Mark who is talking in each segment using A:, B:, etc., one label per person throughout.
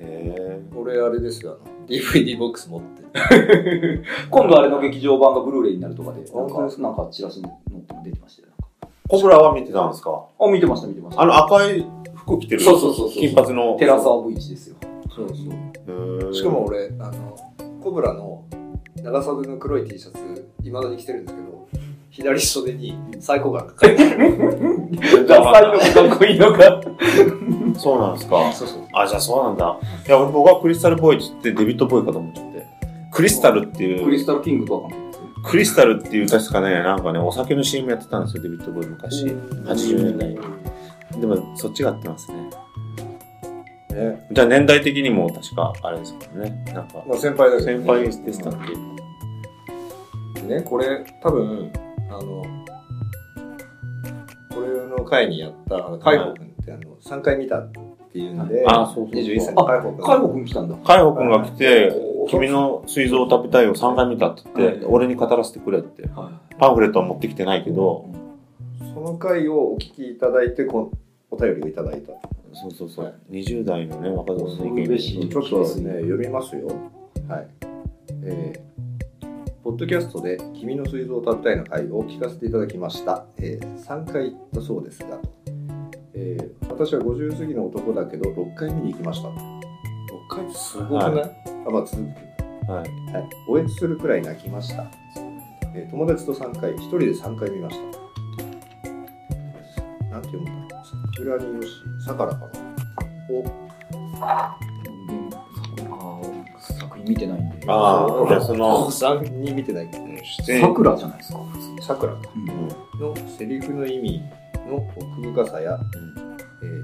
A: へ
B: 俺、あれですよ、あの、DVD ボックス持って。
C: 今度あれの劇場版がブルーレイになるとかで、なん
B: 本当です
C: か、なんかチラシに載っても出てましたよ。
A: コブラは見てたんですか
C: あ、見てました、見てました。
A: あの赤い服着てる
C: そうそうそうそう
A: 金髪の
C: テラサー V1 ですよ。
B: そうそう。
A: へー
B: しかも俺、あの、コブラの長袖の黒い T シャツ、未だに着てるんですけど、左袖に最高がかかってる。
A: じゃあ
C: のかっこいいのか。
A: そうなんですか
B: そうそう。
A: あじゃあそうなんだいや俺僕はクリスタルボーイってデビットボーイかと思っちゃってクリスタルっていう
C: クリスタルキングとは関係ないですよ。
A: クリスタルっていう確かねなんかねお酒の CM やってたんですよデビットボーイ昔80年代でもそっちが合ってますね
B: ね、
A: じゃあ年代的にも確かあれですもんねなんか
B: まあ、先輩だけどね
A: 先輩でしたっけ
B: でね、これ、多分、あの、これの回にやった、あの海保君って、あの、3回見たっていうんで、
A: あそうそう
B: 21歳の海保君。
C: 海保君来たんだ。
A: 海保君が来て
B: お
A: 「君の水蔵を食べたいを3回見た」って言って「俺に語らせてくれ」って
C: は
A: パンフレットは持ってきてないけど、
B: その回をお聞きいただいて、こお便りをいただいた。
A: そうそうそう、
B: は
A: 20代のね若造の意
C: 恐るべ
A: 見
C: し
A: に
B: ちょっとね、読みますよ。はい。えーポッドキャストで「君の水蔵を食べたい」の会を聞かせていただきました、え3回行ったそうですが、えー私は50過ぎの男だけど6回見に行きました6回ってすごくない、
A: は
B: あまあ続
A: はい、
B: く、はい、応援するくらい泣きました、えー友達と3回1人で3回見ましたなんて読むんだろう桜によしさからかなお
C: い。作品見てないんで。
A: ああじゃあそ
B: お
A: の
B: 子さんに見てないけど
A: 出
C: さ
A: 演
C: くらじゃないですか、普通。
B: さくらのセリフの意味の奥深さや、えー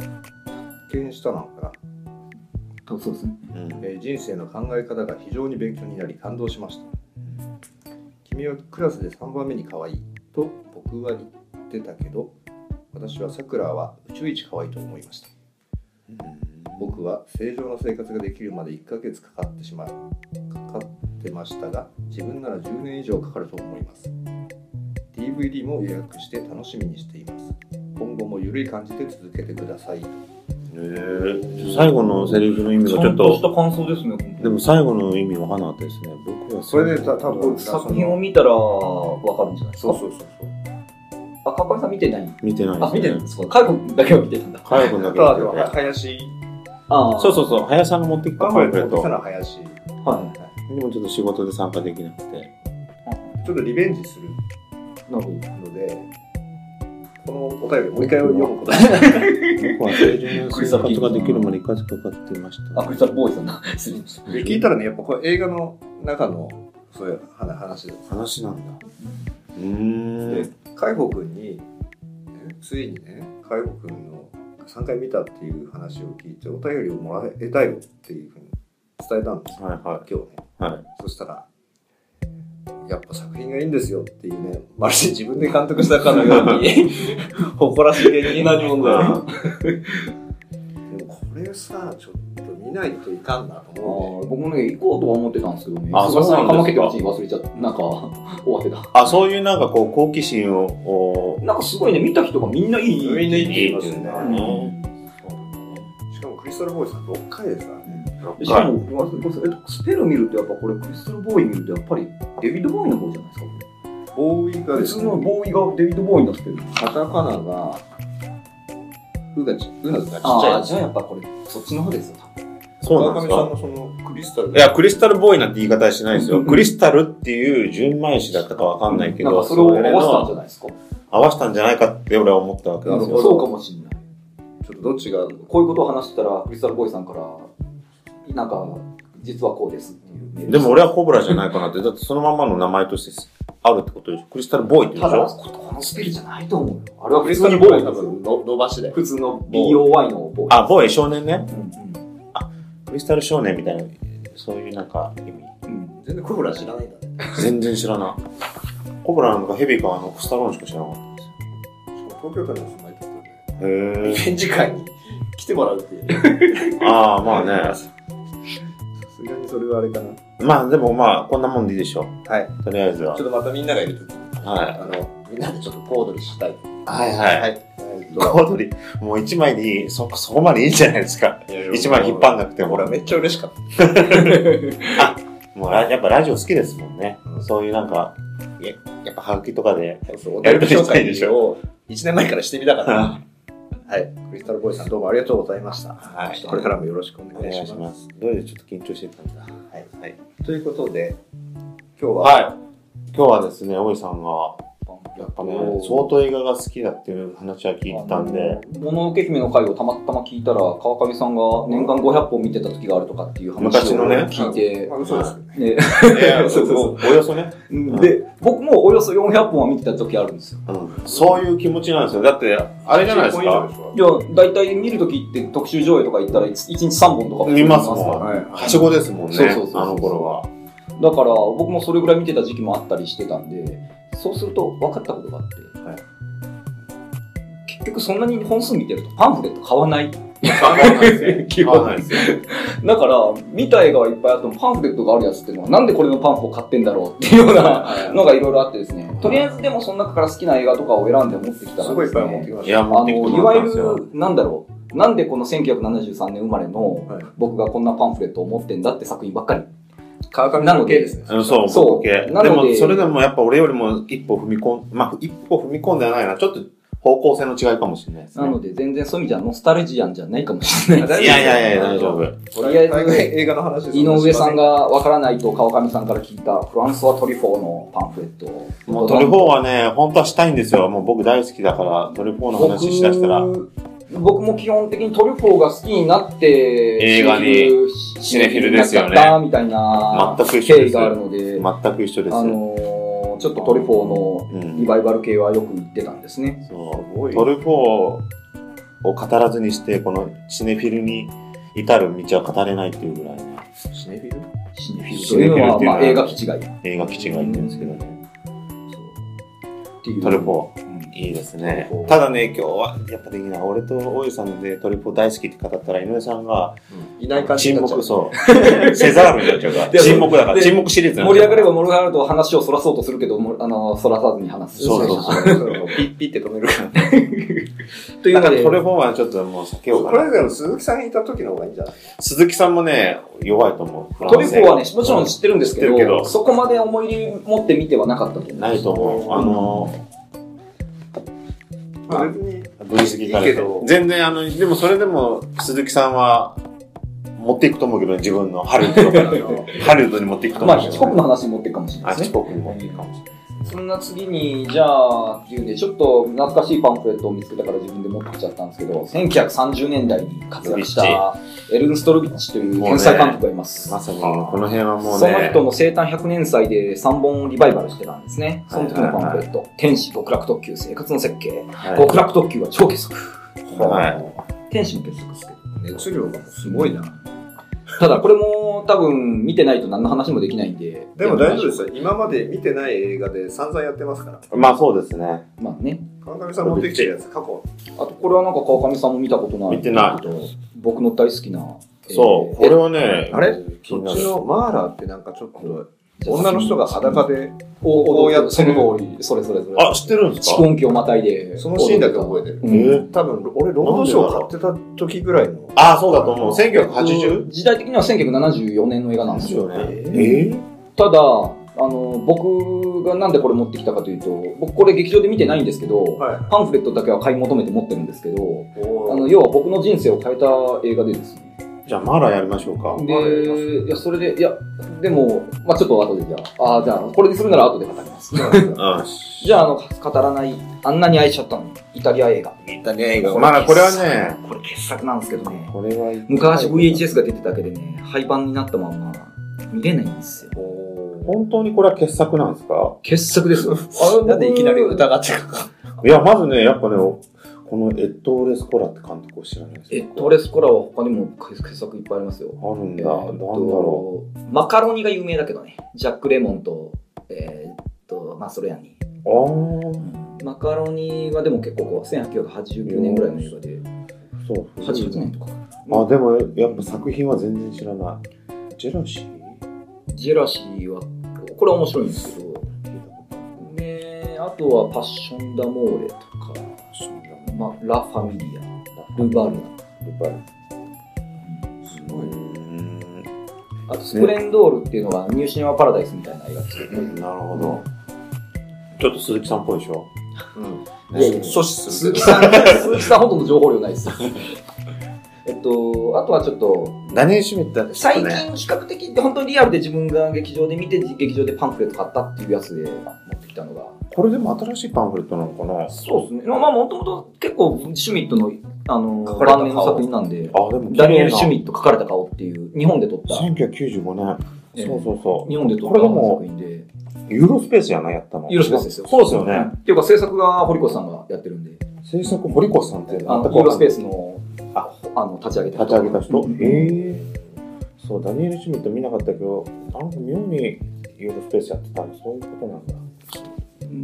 B: 発見したのかな、
C: そうそうですね。
A: うんうん
B: えー人生の考え方が非常に勉強になり感動しました君はクラスで3番目に可愛いと僕は言ってたけど私はさくらは宇宙一可愛いと思いました僕は正常な生活ができるまで1ヶ月かかってしまうかかってましたが自分なら10年以上かかると思います DVD も予約して楽しみにしています今後もゆるい感じで続けてください
A: え最後のセリフの意味
C: ち
A: が
C: ゃ
A: ちょっ
C: んとし
A: と、
C: た感想ですね、本当
A: でも最後の意味わかんなかったですね。僕は
B: それでた多分
C: 作品を見たらわかるんじゃないです
B: そ
C: か
B: うそうそうそう
C: あ、かっこいさん見てない
A: 見てないで
C: あ、
A: す
C: 見て
A: ね。
C: るんですかカイ君だけは見てたんだ。
A: カヤ君
B: あ
A: だけ
B: とはでも
A: 見てて。
B: 林
C: ああ
A: そうそうそう、林さんが持ってきた
B: パン
A: パ
B: フレッ
A: ンフレ
B: ト
A: ッ
B: 持って
A: ト
B: た。のは林
C: う。は
A: でもちょっと仕事で参加できなくて。
B: ちょっとリベンジする
C: い。なるほど。
B: のでこのお便りもう一回読むこと
A: 僕は正常な生活ができるまで一ヶ月かかっていました。
C: あ、クリスタルボーイさんだ。失礼しました。
B: で聞いたらねやっぱこれ映画の中のそういう話話で
A: 話なんだ。うー
B: で
A: ん。
B: 海保君にえついにね海保君の3回見たっていう話を聞いてお便りをもらえたよっていうふうに伝えたんです
A: はいは
B: 今日ね
A: い。はい。
B: そしたらやっぱ作品がいいんですよっていうねまるで自分で監督したかのよう に誇らしげに何もでもこれさちょっと見ないといかんなと
C: あ
B: 思うね
C: 僕もね、行こうとは思ってたんですけどね。
A: あそうなんですか
C: かまけてるうちに忘れちゃった。なんか、終わってた。
A: あ、そういうなんかこう、好奇心を、お
C: なんかすごいね、見た人がみんないい。
B: みんないいって言いますよ
C: う
B: ね
C: ん
B: しかもクリスタルボーイさん6回でさ
C: しかも、えっとスペル見るとやっぱこれクリスタルボーイ見るとやっぱりデビッド・ボーイの方じゃないですかこ
B: ボーイ
C: れ
B: がで
C: 普
B: すね
C: 通のボーイがデビッド・ボーイのスペル
B: カタカナがうがちうなずがちっちゃい
C: あ
B: や
C: あ
B: つ
C: じゃあやっぱこれそっちの方ですよ多分
A: そうなんですか
B: のそのクリスタル
A: いや、クリスタルボーイなんて言い方はしないです
C: う
A: よ。
C: ん
A: クリスタルっていう純米詞だったかわかんないけど、
C: なんかそれを合わせたん
A: の
C: じゃないですか
A: 合わせたんじゃないかって俺は思ったわけ
B: な
A: で
B: る
A: す
B: ほど
A: よ。
C: そうかもしれない
B: ちょっとどっちが
C: こういうことを話したらクリスタルボーイさんからなんか実はこうですっていうメール
A: でも俺はコブラじゃないかなって、だってそのまんまの名前としてあるってことでしょ。クリスタルボーイって言
C: た
A: うでし
C: だ
A: ょ
C: ここのスペルじゃないと思うよあれは
B: ク
C: 普
B: リス
C: 通
B: タ
C: に
B: ル
C: ボ
B: ボ
C: ー
B: ー
C: イ
B: イ多分の伸ばしだよ
C: 普通の BOY のボーイ
A: あ、ボーイ少年ね。
C: うん
A: クリスタル少年みたいな、そういうなんか意味。
C: うん
B: 全然コブラ知らないんだね
A: 全然知らない。コブラなんかヘビかあのスタローンしか知らなかっ
B: 東京都にお住まいってことで
A: た。へ
B: 展示会に来てもらうっていう
A: え。ああ、まあね。
B: さすがにそれはあれかな
A: まあでもまあ、こんなもんでいいでしょ
B: はいち
A: う。とりあえず
B: ょっ
A: は。
B: とまたみんながいる時あ
A: は
B: のみんなでちょっと小躍りしたい
A: い。はいはい。
B: い
A: 小躍り、もう一枚でいい、そ、そこまでいいじゃないですか。一枚引っ張んなくても
B: ほ。らめっちゃ嬉しかった
A: もうラやっぱラジオ好きですもんね。
B: うん
A: そういうなんか、ややっぱハガキとかで。
B: そうお
A: やり
B: 便り
A: 取り
B: 紹
A: したいで
B: 介
A: し
B: を1年前からしてみたかった
A: は
B: はいクリスタルボーイさんどうもありがとうございました
A: はい。
B: これからもよろしくお
A: お
B: 願い
A: 願い
B: し
A: し
B: ま
A: ます。どうでちょっと緊張してたんだ。
B: はい
A: はい。
B: すということで今日は
A: はい。今日はですね、大井さんが、やっぱね
C: お、ー
A: 相当映画が好きだっていう話は聞いてたんで、
C: あのもののけ姫の回をたまたま聞いたら、川上さんが年間500本見てた時があるとかっていう話
A: 昔
C: を
A: のね
C: 聞いて、
B: まあ嘘ですよね
C: ね
A: いや
C: そうそう
A: おおよそね、ん
C: で、僕もおよそ400本は見てた時あるんですよ。
A: そういう気持ちなんですよ。だって、あれじゃないですか。
C: いや、大体見る時って特集上映とか行ったら1日3本とか
A: 見ますも
C: からね
A: ん。はしごですもんね。
C: そうそうそうそう
A: あの頃は。
C: だから僕もそれぐらい見てた時期もあったりしてたんで、そうすると分かったことがあって、結局そんなに本数見てるとパンフレット買わない。
A: 買わないですよ。
C: だから、見た映画はいっぱいあっても、パンフレットがあるやつっていうのは、なんでこれのパンフを買ってんだろうっていうようなのがいろいろあってですね、とりあえずでもその中から好きな映画とかを選んで持ってきたらです、ね、
B: すごいいっぱい持ってきま
A: い
B: した
A: や、
C: あ
A: 持っ
C: の、
A: てきて
C: い
A: もらった
C: わゆ
A: んですよ。
C: る、なんだろう、なんでこの1973年生まれの
B: はい
C: 僕がこんなパンフレットを持ってんだって作品ばっかり。
B: 川上
C: な
B: さ
C: の
B: ん
C: で
B: 系ですね
A: うんそう、
C: そう
A: 僕系。で
C: なので
A: も、それでもやっぱ俺よりも一歩踏み込ん、まあ、一歩踏み込んではないな。ちょっと方向性の違いかもしれないです
C: な
A: ね。
C: ので、全然そういう意味じゃノスタルジアンじゃないかもしれない。
A: いやいやいや、大丈夫。
B: とりあえず映画の話です
C: 井上さんがわからないと川上さんから聞いたフランスはトリフォーのパンフレットを。
A: もうトリフォーはね、本当はしたいんですよ。もう僕大好きだから、トリフォーの話しだしたら。
C: 僕僕も基本的にトリュフォーが好きになって
A: 映画に
C: シ
A: ネフィルですよね
C: になっちゃったみたいな
A: 全く一緒
C: 経
A: で
C: 緯
A: す
C: があるので、
A: 全く一緒です。
C: あのーちょっとトリュフォー
A: う
C: のリ
A: ん。
C: バイバル系はよく言ってたんですね。
A: そ
B: ご
A: う。トリフォーを語らずにして、このシネフィルに至る道は語れないっていうぐらいね、
B: シネフィル
C: シネフィルというのは、まあ、映画基地がいい。
A: 映画基地が言ってるんですけどね。
C: っていう
A: トリフォ
C: うん
A: ー、いいですね
B: こう。
A: ただね、今日はやっぱできない。俺と大井さんでトリポ大好きって語ったら、井上さんが
B: いない感じ
A: 沈
B: になっちゃう
A: 黙、 そう。せざるになっちゃうから。
C: で
A: 沈黙だから、
C: で
A: 沈黙シリーズにな
C: 盛
A: っ
C: り
A: ちゃ
C: 上
A: う
C: がれば盛り上がると話をそらそうとするけど、もあの、そらさずに話す。
A: そうそう
B: そうそうピッピって止めるからね。
C: という
A: だ
C: の
A: から
C: で、
A: トリポはちょっともう避けよう
B: こ
A: か
B: れ
A: な。
B: でも鈴木さんいた時の方がいいんじゃない
A: 鈴木さんもね、弱いと思う。フランス
C: トリコはね、もちろん知ってるんですけ
A: 知っ
C: ど、
A: てるけど
C: そこまで思い入れ持って見てはなかったと思う。
A: ないと思う。あの、
B: まあ別に。
A: ぶりすぎから
B: いいけど
A: 全然、あの、でもそれでも、鈴木さんは、持っていくと思うけど、自分のハリウッド からのハリウッドに持っていくと思
C: ま
A: う
C: あ、
A: けどね。
C: ヒッチコックの話に持っていくかもしれない
A: あ、
C: です
A: 四
C: ね。
A: 国に持っていくかもしれない。
C: そんな次に、じゃあ、っていうんで、ちょっと懐かしいパンフレットを見つけたから自分で持ってきちゃったんですけど、1930年代に活躍したエルン・ストルビッチという天才監督がいます。
A: まさに、この辺はもう
C: そ
A: ね、
C: の人の生誕100年祭で3本リバイバルしてたんですね。その時のパンフレット。天使、極楽特急、生活の設計。
A: はい
C: 極楽特急は超傑作。
A: は
C: 天使も傑作ですけど。
B: 熱量がすごいな。
C: ただこれも多分見てないと何の話もできないんで。。
B: でも大丈夫ですすよ。今まで見てない映画で散々やってますから。
A: い。まあそうですね。
C: まあね。
B: 川上さん持ってきてるやつ、過去。
C: あとこれはなんか川上さんも見たことない。
A: 見てない
C: けど僕の大好きな。
A: そう、こ
C: え
A: れはね、
B: あれ
A: 気
B: そ
A: にな
B: っ
A: る
B: ちのマーラーってなんかちょっと、
C: ー
B: 女の人が裸で、
C: お
B: こうやってる
C: その通り、それそれそれ。
A: あ、知ってるんです
C: 蓄
A: か
C: 音機をまたいで。
B: そのシーンだけ覚えてる。
C: うん
A: え
B: 多分、俺、ロンドン賞買ってた時ぐらいの。
A: あ、そうだと思う。1980?
C: 時代的には1974年の映画なんですよ。
A: ええ
C: ただあの僕がなんでこれ持ってきたかというと僕これ劇場で見てないんですけど、
B: はい。
C: パンフレットだけは買い求めて持ってるんですけどあの
B: おー
C: 要は僕の人生を変えた映画でですね
A: じゃあ、マラやりましょうか。
B: まだやります
C: でいやそれでいやでも、まあ、ちょっと後でじゃああーじゃあこれにするなら後で語ります
A: うん。
C: じゃああの語らないあんなに愛しちゃったのにイタリア映画
A: イタリア映画。まだこれはね、
C: これ傑作なんですけどね
A: これは
C: 昔 VHS が出てただけでね廃盤になったまんま見れないんですよ
A: 本当にこれは傑作なんですか
C: 傑作ですよ
B: なんでいきなり疑ってる
A: いや、まずね、やっぱね、このエットーレスコラって監督を知らないです
C: えトレスコラは他にも傑作いっぱいありますよ
A: あるん
C: え
A: だ。なん
C: ー
A: だ
C: っ
A: ろ
C: とマカロニが有名だけどねジャック・レモンとえーっとまあそれやに、
A: う。あ
C: マカロニはでも結構こう1989年ぐらいの映画で
A: あ、そう。
C: 80年とか
A: あ、でも、やっぱ作品は全然知らない。ジェラシー
C: ジェラシーはこれは面白いんですけど
A: 聞いたことない
C: であとはパッション・ダ・モーレとか、まあ、ラ・ファミリアルバル
A: ルバル。
C: ナ
A: すごい。な
C: あとスプレンドールっていうのがニューシネマ・パラダイスみたいな映画ですけど
A: るほど。ちょっと鈴木さんっぽいでしょ
B: うん。
C: いやいや
B: 阻止す
C: 鈴
B: るけ
C: 木
B: ど。
C: さん、鈴木さんほとんど情報量ないです。えっと、あとはちょっと、
A: 何に締めた
C: 最近比較的、本当にリアルで自分が劇場で見て、劇場でパンフレット買ったっていうやつで持ってきたのが。
A: これでも新しいパンフレットなのかな
C: そうですね。まあ、もともと結構、シュミットの、あの、
B: 書かれた顔
C: 晩年の作品なんで、
A: あ、でも
C: ダニエル・シュミット書かれた顔っていう、日本で撮った、
A: 1995
C: ええ
A: 年。そうそうそ
C: 日本で撮っ
A: これ
C: た
A: でも
C: 作品で、
A: う。ユーロスペースじゃないやったの。
C: ユーロスペースですよ
A: そうですよね。
C: っていうか制作が堀越さんがやってるんで、
A: 制作、堀越さんって全く
C: あ
A: わ
C: の
A: かんない
C: ユーロスペースの、ああの、立ち上げた
A: 立ち上げた人
C: うん。
A: へえ。そう、ダニエル・シュミット見なかったけど、あの子妙にユーロスペースやってたの、そういうことなんだ。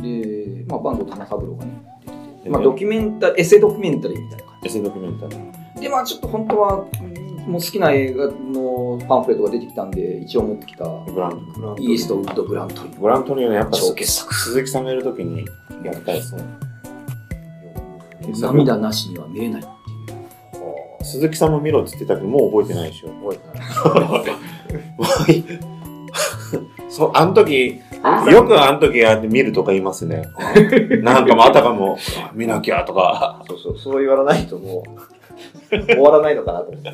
C: で、まあ、坂東玉三郎がね出てて、
A: え
C: まあ、ドキュメンタエセドキュメンタリーみたいな感
A: エセドキュメンタリー。
C: じでまあちょっと本当はうんもう好きな映画のパンフレットが出てきたんで一応持ってきた
A: グラント。
C: イーストウッド・グラントリー
A: グラントリーのやっぱ
C: 超傑作
A: 鈴木さんがいるときにやりたいですね。
C: 涙なしには見えない
A: 鈴木さんも見ろって言ってたけど、もう覚えてないでしょ。
B: 覚えてない
A: そう、あの時、よくあの時ああやって見るとか言いますね。 なんかもうあたかも、あ見なきゃとか。
B: そうそう、そう言わないと もう、終わらないのかなと思って。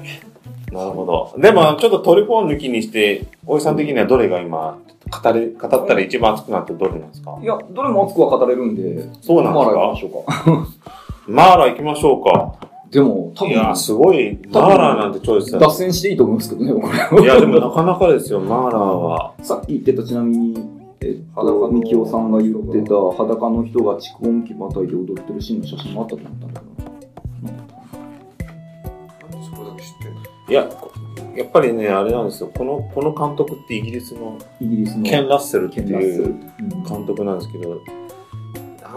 A: なるほど。でも、ちょっとトリフォー抜きにして、おじさん的にはどれが今、語れ、語ったら一番熱くなってどれなんですか
C: いやどれも熱くは語れるんで
A: そうなん
C: まあやりま
A: で
C: し
A: すか
C: ょうか
A: マーラ行きましょうか。
C: でも多
A: いや、
C: 分
A: すごい。マーラなんてチョイスだ
C: 脱線していいと思うんですけどね僕はい
A: や、でもなかなかですよ、マーラは。
C: さっき言ってたちなみに、えっ
B: 裸
C: と、
B: の
C: みきおさんが言ってた裸の人が蓄音機またいで踊ってるシーンの写真もあったと思ったんだけどな。
B: そこだけ知ってる。
A: いや、やっぱりね、あれなんですよ。この、この監督ってイギリスの
C: イギリスの
A: ケン・ラッセルって
C: ケンラッ
A: い
C: セ
A: う
C: ル。うん
A: 監督なんですけど、な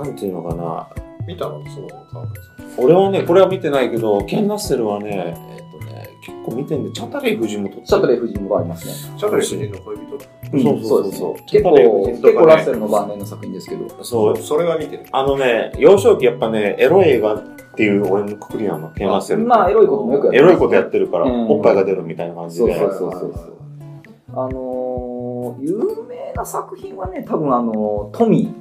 A: んていうのかな、
B: 見たのその川村さん。
A: 俺はね、これは見てないけど、ケン・ラッセルはね、えっとね、結構見てんで、チャタレイ夫人も撮って
C: シャトレー夫人がありますね。
B: チャドレ夫人の恋人
A: うんそうそうそう
C: そ
A: そうう
C: ですね
A: チャ
C: 結構、
A: ドレー夫人
C: 結
A: とかね
C: 構ラッセルの晩年の作品ですけど。
A: そう、
B: それは見てる。
A: あのね、幼少期やっぱね、エロ映画っていう俺のくくりなの、ケン・ラッセルって。
C: まあ、エロいこともよくやって
A: エ
C: ます
A: ロいことやってるから、
C: うん
A: おっぱいが出るみたいな感じで。
C: そうそうそうそうあのー、有名な作品はね、多分あの、トミー、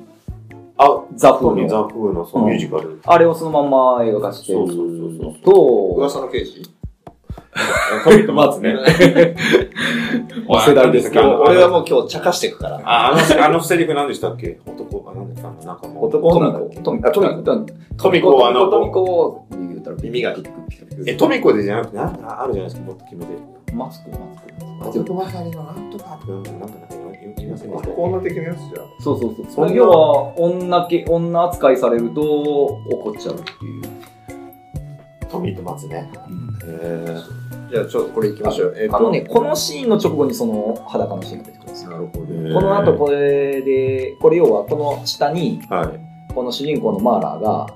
A: あ、
C: ザ・フ
A: 特
C: ー
A: にザ・
C: の。
A: フーのそのミュージカル。
C: あれをそのまま映画化してる
A: そうそうそうそう
C: と、
B: 噂の刑事
A: トミーとマーツ ね。
C: 世代ですけど
B: 俺はもう今日茶化していくから。
A: あ、あの、あのセリフ何でしたっけ男、あ、何でしたっけなんかもう。
B: 男の
C: トミ
B: 子
C: コ。トミコ。トミコ。
A: トミコはあの
C: トミコを言うたら
B: 耳が
C: ピクピクピク
A: え、トミコでじゃなくて、なんかあるじゃないですか、もっと決めて。
C: マスク、マスクマスク。
A: 男ばかりのなんとかって、なんかなんか言いませんでした
B: コーナ的なやつじゃん。
C: そうそうそう。
A: そんな
C: 要は、女け、女扱いされると怒っちゃうっていう。
A: トミーとマーツね。へえ。
B: じゃあちょっとこれいきましょう。えっと
C: あのね、このシーンの直後にその裸のシーンが出てくるんですよ。
B: なるほど。
C: この後これで、これ要はこの下に、
A: はい。
C: この主人公のマーラーが、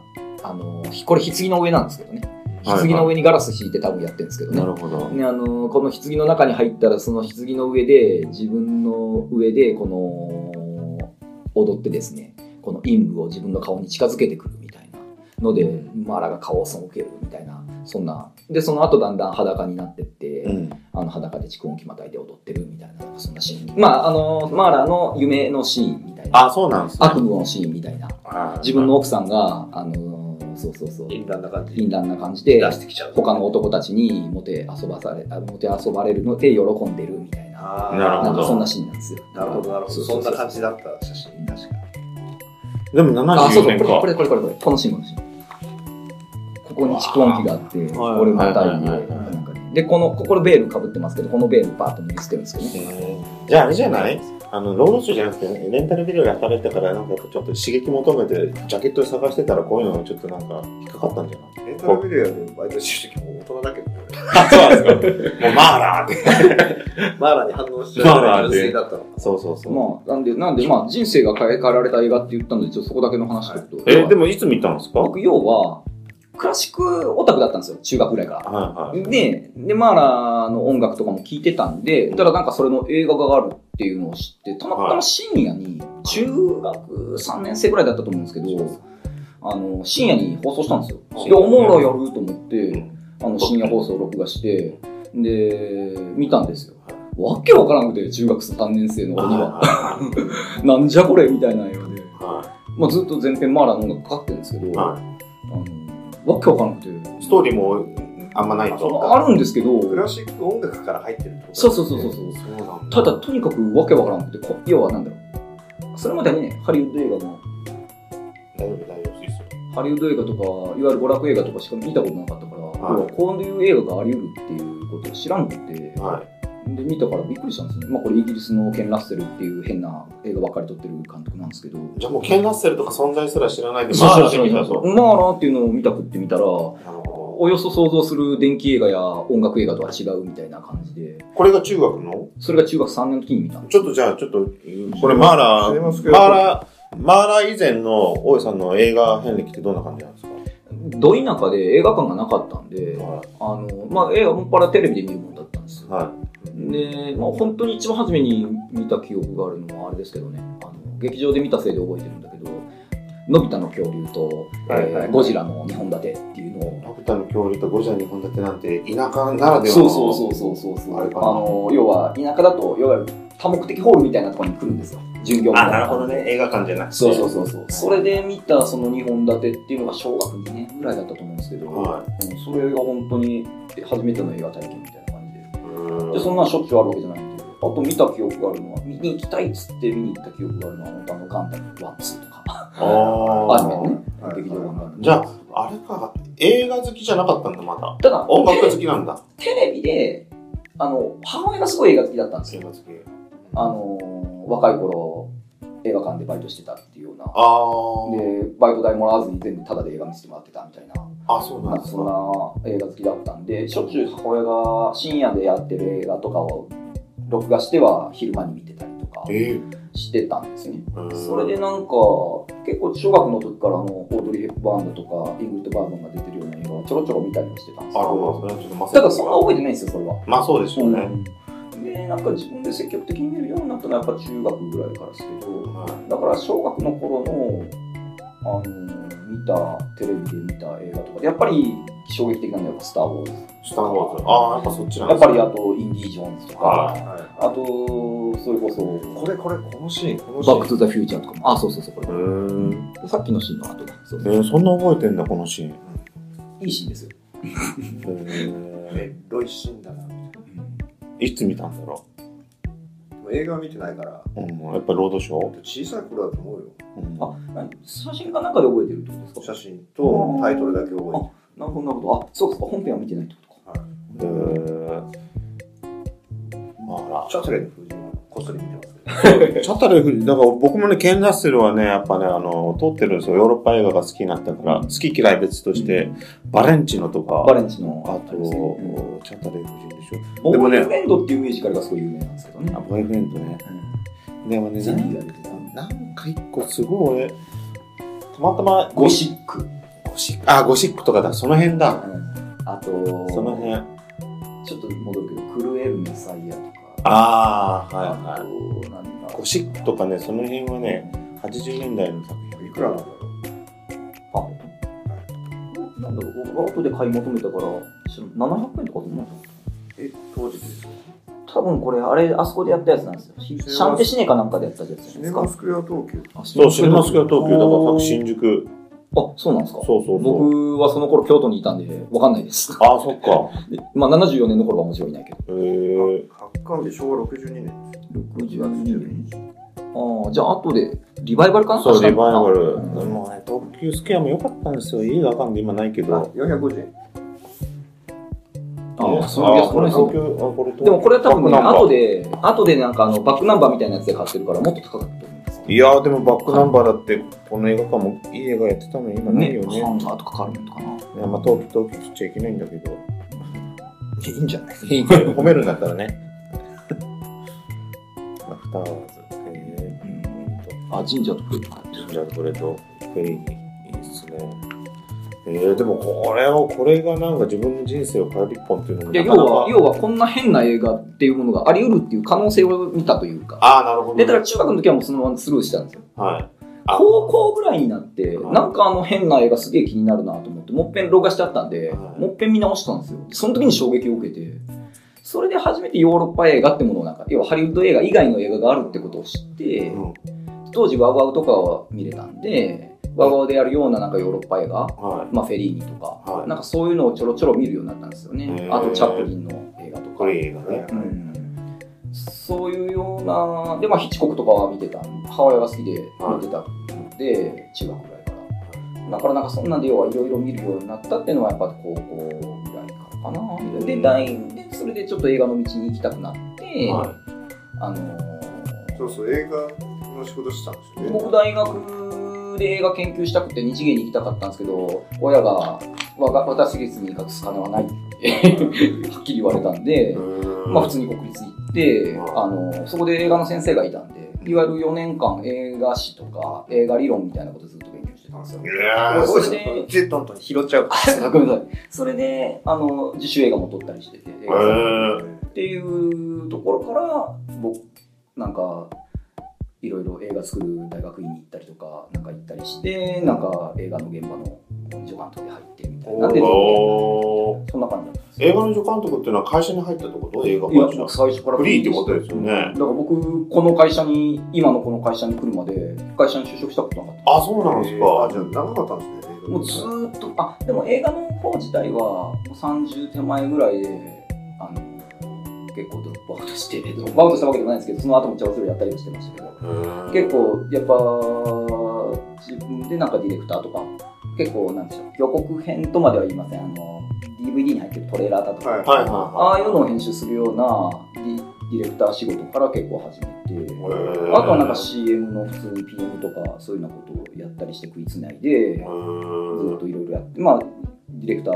C: あの、ひこれ棺の上なんですけどね。
A: はいはい
C: 棺の上にガラス引いて多分やってるんですけどね。
A: なるほど。
C: ねあのこの棺の中に入ったらその棺の上で自分の上でこの踊ってですねこの陰部を自分の顔に近づけてくるみたいなので、マーラが顔を背けるみたいなそんなでその後だんだん裸になってって、
A: うん。
C: あの裸で蓄音機またいで踊ってるみたいななんかそんなシーンまああのマーラの夢のシーンみたいな
A: あ、そうなんですね
C: 悪夢のシーンみたいな
A: はい
C: 自分の奥さんがあのそうそうそう
B: 淫乱な感じ。
C: 淫乱な感じで
B: 出してきちゃう。
C: 他の男たちにもて遊ばされ、あもて遊ばれるので喜んでるみたいな、
B: あー
A: なるほ
C: な
A: ど
C: んかそんなシーンなんですよ。
B: なるほど、なるほど。そんな感じだった写真、確かに。
A: でも
C: あ、そ
A: 74
C: うそう、
A: 年
C: これ、
A: か
C: こ。れ、これ、これ、これこのシーン、このシーン。ここに蓄音機があって、
A: わあ
C: 俺もたいで、
A: はいはいはい
B: はい
C: なんかねで、この、ここれベールかぶってますけど、このベールバーッと脱ぎ捨てるんですけどね。
A: へーじゃああれじゃないあの、労働者じゃなくて、レンタルビデオで働いてたから、なんかちょっと刺激求めて、ジャケットで探してたら、こういうのがちょっとなんか、引っかかったんじゃない
B: レンタルビデオでバイトしてる時も大人だけど、ね、
A: あ、そうなんですか。もう、マーラーって。
B: マーラに反応しちゃうぐらい
A: マー
B: 純
A: ラで
B: 粋だったの。
A: そうそうそう。
C: まあ、なんで、なんで、まあ、人生が変えられた映画って言ったので、ちょっとそこだけの話ってこと。
A: え、でもいつ見たんですかはい
C: 僕、要は、クラシックオタクだったんですよ、中学ぐらいから。
A: はい。
C: で、で、マーラの音楽とかも聴いてたんで、ただなんかそれの映画があるっていうのを知って、たまたま深夜に、中学3年生ぐらいだったと思うんですけど、あの、深夜に放送したんですよ。で、おもろいやると思って、あの、深夜放送を録画して、で、見たんですよ。わけわからなくて、中学3年生の
A: はい
C: 俺には。
A: は
C: なんじゃこれみたいな映画
A: い
C: で。
A: は
C: まあずっと前編マーラの音楽かかってるんですけ
A: い
C: ど、あ
A: は
C: の、わけわからなくて。
A: い。ストーリーもあんまない
B: そう
A: と。
C: あるんですけど、
B: クラシック音楽から入ってるってこと
C: そうそうそうそうそう。
A: そうなん
C: ただとにかくわけわからなくてこ要はなんだろうそれまでにねハリウッド映画の
A: 大丈夫、大丈夫ですよ。
C: ハリウッド映画とかいわゆる娯楽映画とかしか見たことなかったから、
A: はい
C: 要はこういう映画があり得るっていうことを知らんくて、
A: はい。
C: で見たからびっくりしたんですね、まあ、これイギリスのケン・ラッセルっていう変な映画ばっかり撮ってる監督なんですけど
A: じゃあもう、ケン・ラッセルとか存在すら知らないで、
C: そう
A: マー
C: そ
A: ラ
C: う
A: ーで見た
C: そう
A: と。
C: まあなっていうのを見たくって見たら
A: なるほ
C: およそ想像する電気映画や音楽映画とは違うみたいな感じで
A: ど。これが中学の
C: それが中学3年の時に見たんです
A: ちょっとじゃあ、ちょっと、これマーラ
B: 知り
A: ー、マ
B: ます
A: ー
B: けど
A: ラー、マーラー以前の大江さんの映画遍歴ってどんな感じなんですか
C: ど田舎で映画館がなかったんで、
A: は
C: あの、まあ、映画もっぱらテレビで見るもんだったんです
A: い。
C: よ。
A: は
C: で、まあ、本当に一番初めに見た記憶があるのはあれですけどね、あの劇場で見たせいで覚えてるんだけど、のび太の恐竜と、
A: はいはい
C: えーゴジラの二本立てっていうの
A: い。
C: を、
A: のび太の恐竜とゴジラ日本立てなんて、田舎ならではの。
C: そうそうそうそうそうそう
A: あれか
C: あ
A: な
C: の、要は田舎だと、いわゆる多目的ホールみたいなところに来るんですよ、巡業みたい
A: あ、なるほどね。映画館じゃなくて。
C: そうそうそうそう、それで見たその二本立てっていうのが小学2年ぐらいだったと思うんですけど、
A: は
C: うんそれが本当に初めての映画体験みたいな感じで。
A: い。う
C: で
A: ーん
C: そんなしょっちゅうあるわけじゃないんで、あと見た記憶があるのは、見に行きたいっつって見に行った記憶があるのは、本当あのガンダムワンツーとか、
A: あ
C: アニメのね、
B: はい
C: 劇場版がある
A: じゃあ、あれか、映画好きじゃなかったんだ、まだ。
C: ただ、
A: 音楽好きなんだ。
C: テレビで、あの、母親がすごい映画好きだったんです
A: 映
C: よ。
A: 画好き。
C: あのー、若い頃、映画館でバイトしてたっていうような。
A: あ
C: で、バイト代もらわずに全部タダで映画見せてもらってたみたいな、
A: あ。あ、そうな
C: なん
A: ん
C: か
A: です
C: そん
A: か。
C: な映画好きだったんで、しょっちゅう母親が深夜でやってる映画とかを録画しては昼間に見てたりとか
A: ええ
C: してたんですね。
A: うーん
C: それでなんか結構中学の時からあのオードリー・ヘップバーンだとかイングリッド・バーマンが出てるような映画をちょろちょろ見たりはしてたんですけ
A: あ
C: ど
A: それはちょっとま
C: だからそんな覚えてないんですよそれは。
A: まあそうでしょうね。
C: うんでなんか自分で積極的に見るようになったのはやっぱ中学ぐらいからですけど
A: はい
C: だから小学の頃のあの見たテレビで見た映画とかでやっぱり衝撃的なのはやっぱ「スター・ウォーズ」
A: スター・ウォーズ。ああ、やっぱそっちなん
C: やっ
A: す
C: ぱ
A: ね
C: りあと「インディ・ージョーンズ」と
A: はい
C: かあとそれこそ
B: これこれこのシーンこの
C: 「
B: シ
C: バ
B: ーン
C: ック・トゥ・ザ・フューチャー」とかもあそうそうそうこれ
A: うーん。
C: さっきのシーンの後だそう
A: え
C: そう
A: ー、そんな覚えてんだ、このシーン。
C: いいシーンですよ
A: え
B: えロイシーンだなみたい
A: ー、いつ見たんだろ
B: なでも映画は見てないから
A: う。うん、やっぱロードショー、
B: 小さい頃だと思うよ
A: うん、
C: あ何写真かなんかで覚えてるってことですか
B: 写真とタイトルだけ覚えてる
C: なるほどなるほどあそうかそうか本編は見てないってことか
A: えー、あ
B: チャトレーの風神はこっそり見てますけど
A: ら。チャタルフ、だから僕もね、ケン・ラッセルはね、やっぱね、あの、撮ってるんですよ。ヨーロッパ映画が好きになったから、好き嫌い別として、バレンチノとか、
C: バレンチの
A: あ
C: あれですね
A: と、
C: うん
A: チャタルフ人でしょ。
C: ボ
A: でも
C: ー
A: ね
C: イフレンドっていうミュージカルがすごい有名なんですけどね。
A: あ、ボーイフレンドね。でもね、
C: ゼ
A: な
C: リ
A: ん
C: ーが出てた。
A: なんか一個すごい俺、たまたま
C: ゴシック。
A: ゴシック、あ、ゴシックとかだ、その辺だ。
C: あと、
A: その辺。あ
C: ちょっと戻るけど、クルエル・メサイアとか、
A: あー、はいはい。
C: と、なんだ
A: ゴシックとかね、その辺はね、80年代の作品。
B: いくらなんだろう
C: あ、なんだろう、僕は後で買い求めたから、知らん700円とかと思うんです
B: え当時ですよ
C: 多分これ、あれ、あそこでやったやつなんですよ。シ
B: シネマ
C: ャンテシネかなんかでやったやつじゃない
B: シ
C: で
B: ネ
C: すか
B: マ。スクエア東京
C: あ、
A: そう、シネマスクは東京だから、
C: あー
A: 新宿。
C: あ、そうなんですか。
A: そうそうそう。
C: 僕はその頃京都にいたんで、わかんないです。
A: ああ、そっか。
C: でまあ、74年の頃はもちろんいないけど。
A: えー、
B: 発刊で昭和62年
C: 62年。ああ、じゃあ後で、リバイバルかな
A: そう、リバイバル。
C: うん
A: もうね、特急スケアも良かったんですよ。家があかんで今ないけ
B: あ
A: ど。
B: 450円
C: あ
A: え
C: あ、そういや
A: あこ
C: そ
A: れ
C: う
A: 東
C: そう。
A: 京、あ、これ東京
C: でもこれは多分ね、
A: バックナンバー
C: 後で、後でなんかあの、バックナンバーみたいなやつで買ってるから、もっと高かったと思います。
A: いやーでもバックナンバーだってこの映画館もいい映画やってたのに今ないよね。
C: ハンガーとかカルメンとかな。
A: いやまあ東京東京切っちゃいけないんだけど。
B: いいんじゃない
A: いいけど褒めるんだったらね。アフターワーズ。え
C: あ、神社とかとか
A: ー、じゃあこれとフェリーいいっすね。えー、でもこれをこれがなんか自分の人生を変える一本っていうのも
C: いや、
A: な
C: 要
A: かなか
C: は、要はこんな変な映画っていうものがあり得るっていう可能性を見たというか。
A: ああなるほど、
C: で、だから中学の時はもうそのままスルーしてたんですよ。
A: はい。あ
C: 高校ぐらいになって、
A: はい
C: なんかあの変な映画すげえ気になるなと思って、もっぺん録画してあったんで、
A: はい
C: もっぺん見直したんですよ。その時に衝撃を受けて、それで初めてヨーロッパ映画ってものをなんか、要はハリウッド映画以外の映画があるってことを知って、
A: うん
C: 当時ワウワウとかは見れたんで、ワウワウでやるようななんかヨーロッパ映画、
A: はい。
C: まあフェリーニとか、
A: はい
C: なんかそういうのをちょろちょろ見るようになったんですよ
A: へ
C: ね。
A: ー
C: あとチャップリンの映画とか
A: こ。れいい映画ね。
C: うんそういうような、で、まあ、ヒッチコックとかは見てた、母親が好きで見てたので、中学ぐらいから。だからなんかそんなんで、要はいろいろ見るようになったっていうのは、やっぱ高校ぐらいからかな。で、大で、それでちょっと映画の道に行きたくなって、
A: は
C: あの
B: そうそう映画の仕事してたんですよね
C: 僕大学で映画研究したくて日芸に行きたかったんですけど親がわが私立に隠す金はないってはっきり言われたんで、
A: い。うん
C: まあ、普通に国立行って、
A: うん
C: あのそこで映画の先生がいたんでいわゆる4年間映画史とか映画理論みたいなことずっと勉強してたんですよ。
A: いやー
C: それで
B: ジェットントン拾っちゃう
C: あごめんなさいそれであの自主映画も撮ったりしてて映
A: え
C: 画祭
A: ー、
C: っていうところから僕なんかいろいろ映画作る大学院に行ったりとかなんか行ったりしてなんか映画の現場の助監督で入ってみたいななんで
A: おー
C: そんな感じだったんですよ
A: 映画の助監督っていうのは会社に入ったってこと映画
C: いや
A: 会
C: もう
A: 社。
C: 最初から
A: フリーってことですよね
C: だから僕この会社に今のこの会社に来るまで会社に就職したことなかった
A: あ、そうなんです
B: あ
A: か。
B: じゃあ長かったんですね映画
C: もうずーっとあでも映画の方自体はもう30手前ぐらいであの結構ドロップアウトしてドロップアウトしたわけでもないんですけどその後もちゃんとやったりもしてましたけど結構やっぱ自分でなんかディレクターとか結構なんでしょう予告編とまでは言いませんあの DVD に入ってるトレーラーだとか、
B: はい
A: はいはい
C: ああ
A: はい。
C: いうのを編集するようなディディレクター仕事から結構始めて、
A: えー
C: あとはなんか CM の普通に PM とかそういうようなことをやったりして食いつないでず
A: う
C: っ
A: ーん
C: といろいろやってまあディレクター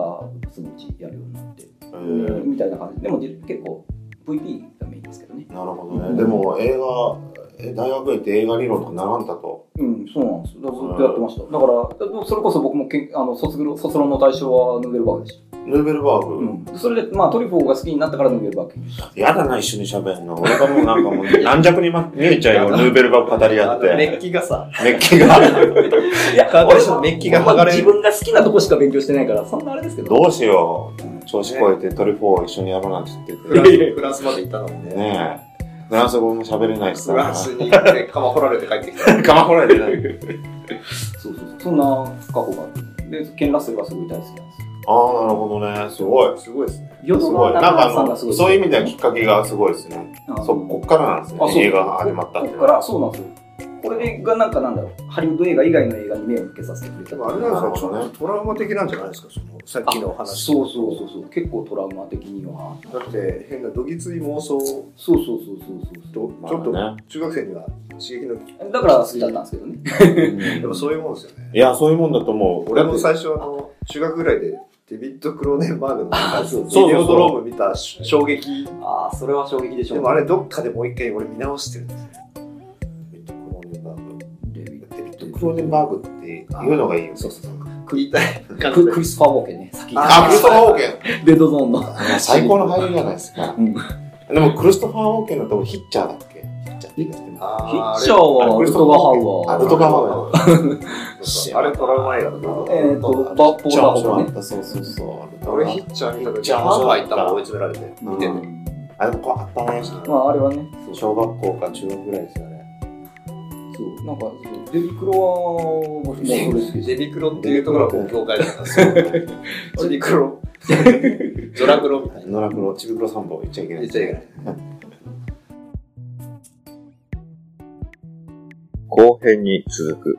C: そのうちやるようになって、
A: えー
C: みたいな感じでもディレ結構 VP がメインですけどね
A: なるほど
C: うん
A: ね。でも映画え大学へって映画理論とか習わんだと。
C: うん、そうなんですよ。だからずっとやってました。だから、それこそ僕もけんあの卒業卒論の対象はヌーベルバーグでした。
A: ヌーベルバーグ、
C: うん。それで、まあトリュフォーが好きになったからヌーベルバーグ。
A: やだな、一緒に喋るの。俺がもうなんかもう軟弱にま見えちゃうよ、ヌーベルバーグ語り合って。
B: ッキがさ、
A: 熱気がある。
C: いや
B: カーテンションメッキが剥がれる
C: 自分が好きなとこしか勉強してないから、そんなあれですけど。
A: どうしよう。調子こえてトリュフォーを一緒にやろうなんて言って
B: フ
A: て
B: ラン。スフランスまで行ったのにね。
A: ねえ。フランス語も喋れないし
B: フ
A: さ。
B: ランスに行って釜掘られて帰ってきた。
A: かまほられてない。
C: そうそうそう。そんな過去があって。で、ケン・ラッセルがすごい大好きなんですよ。
A: ああ、なるほどね。すごい。
B: すごいですね。
A: す
C: 淀
A: ごい。
C: 川
A: なん
C: 中
A: か
C: 原さ
A: あ
C: んが
A: の、
C: すごい。
A: そういう意味ではきっかけがすごいですね。
C: あの
A: そこっからなんです
C: あそう
A: ね。映画が始まったっていうの
C: こ
A: は。
C: こから、そうなんですよ。これがなんかなんだろう、ハリウッド映画以外の映画に目を向けさせてくれた
B: でもあれなんですよ、ちょ
A: なるほど
B: っとトラウマ的なんじゃないですか、そのさっきの話。
C: そうそうそうそう、結構トラウマ的には。
B: だって変などぎつい妄想と、
C: そうそうそうそう
B: ち
C: そう。
B: ょ
A: ま
B: っ
A: あね
B: と中学生には刺激の、
C: だから好きだったんですけどね。
B: でもそういうもんですよね。
A: いや、そういうもんだと思う。
B: 俺
A: だっ
B: も
A: て
B: 最初あの中学ぐらいでデビッド・クローネンバーグの
C: あそう
B: ビデオドローム見た衝撃
C: ああ、それは衝撃でしょう。
B: でもあれどっかでもう一回俺見直してるんですよデビッド・クローネンバーグ
C: デビッ
B: デビッド・
A: クローネンバーグって言うのがいいよ。
B: そうそうそう食いたい
C: ドククリスファー・ウォーケンね、先
A: あ、クリストファー・ウォーケ
C: デッドゾーンの。
A: ン。最高の俳優じゃないですか。
C: うん
A: でも、クリストファー・ウォーケンだとヒッチャーだっけヒッチャー
B: あ
C: ヒッチャー
B: ー
C: は、ウルトガハ
A: あ
C: ウア
A: ル
C: ー。
A: トガハウア
B: あれトラウマ映画だな
C: えっと、バポーラホーね。
A: った。そうそうそう。
B: 俺ヒッチャー見た
A: ヒッ
B: 時
A: チャー
B: ハーファー行ったも追い詰められて見て
A: う
B: ね
A: んあれもこうあったね。
C: まあ、あれはね、
A: 小学校か中学ぐらいですよね。
C: そう、なんか、そうデビクロは、僕もうそれ好きです。
B: デビクロっていうところはもう境界だったんですよデビクロ ドラクロみたいな
A: 野良黒、ちびくろ三本言っちゃいけない。
B: 言っちゃいけない
D: 後編に続く。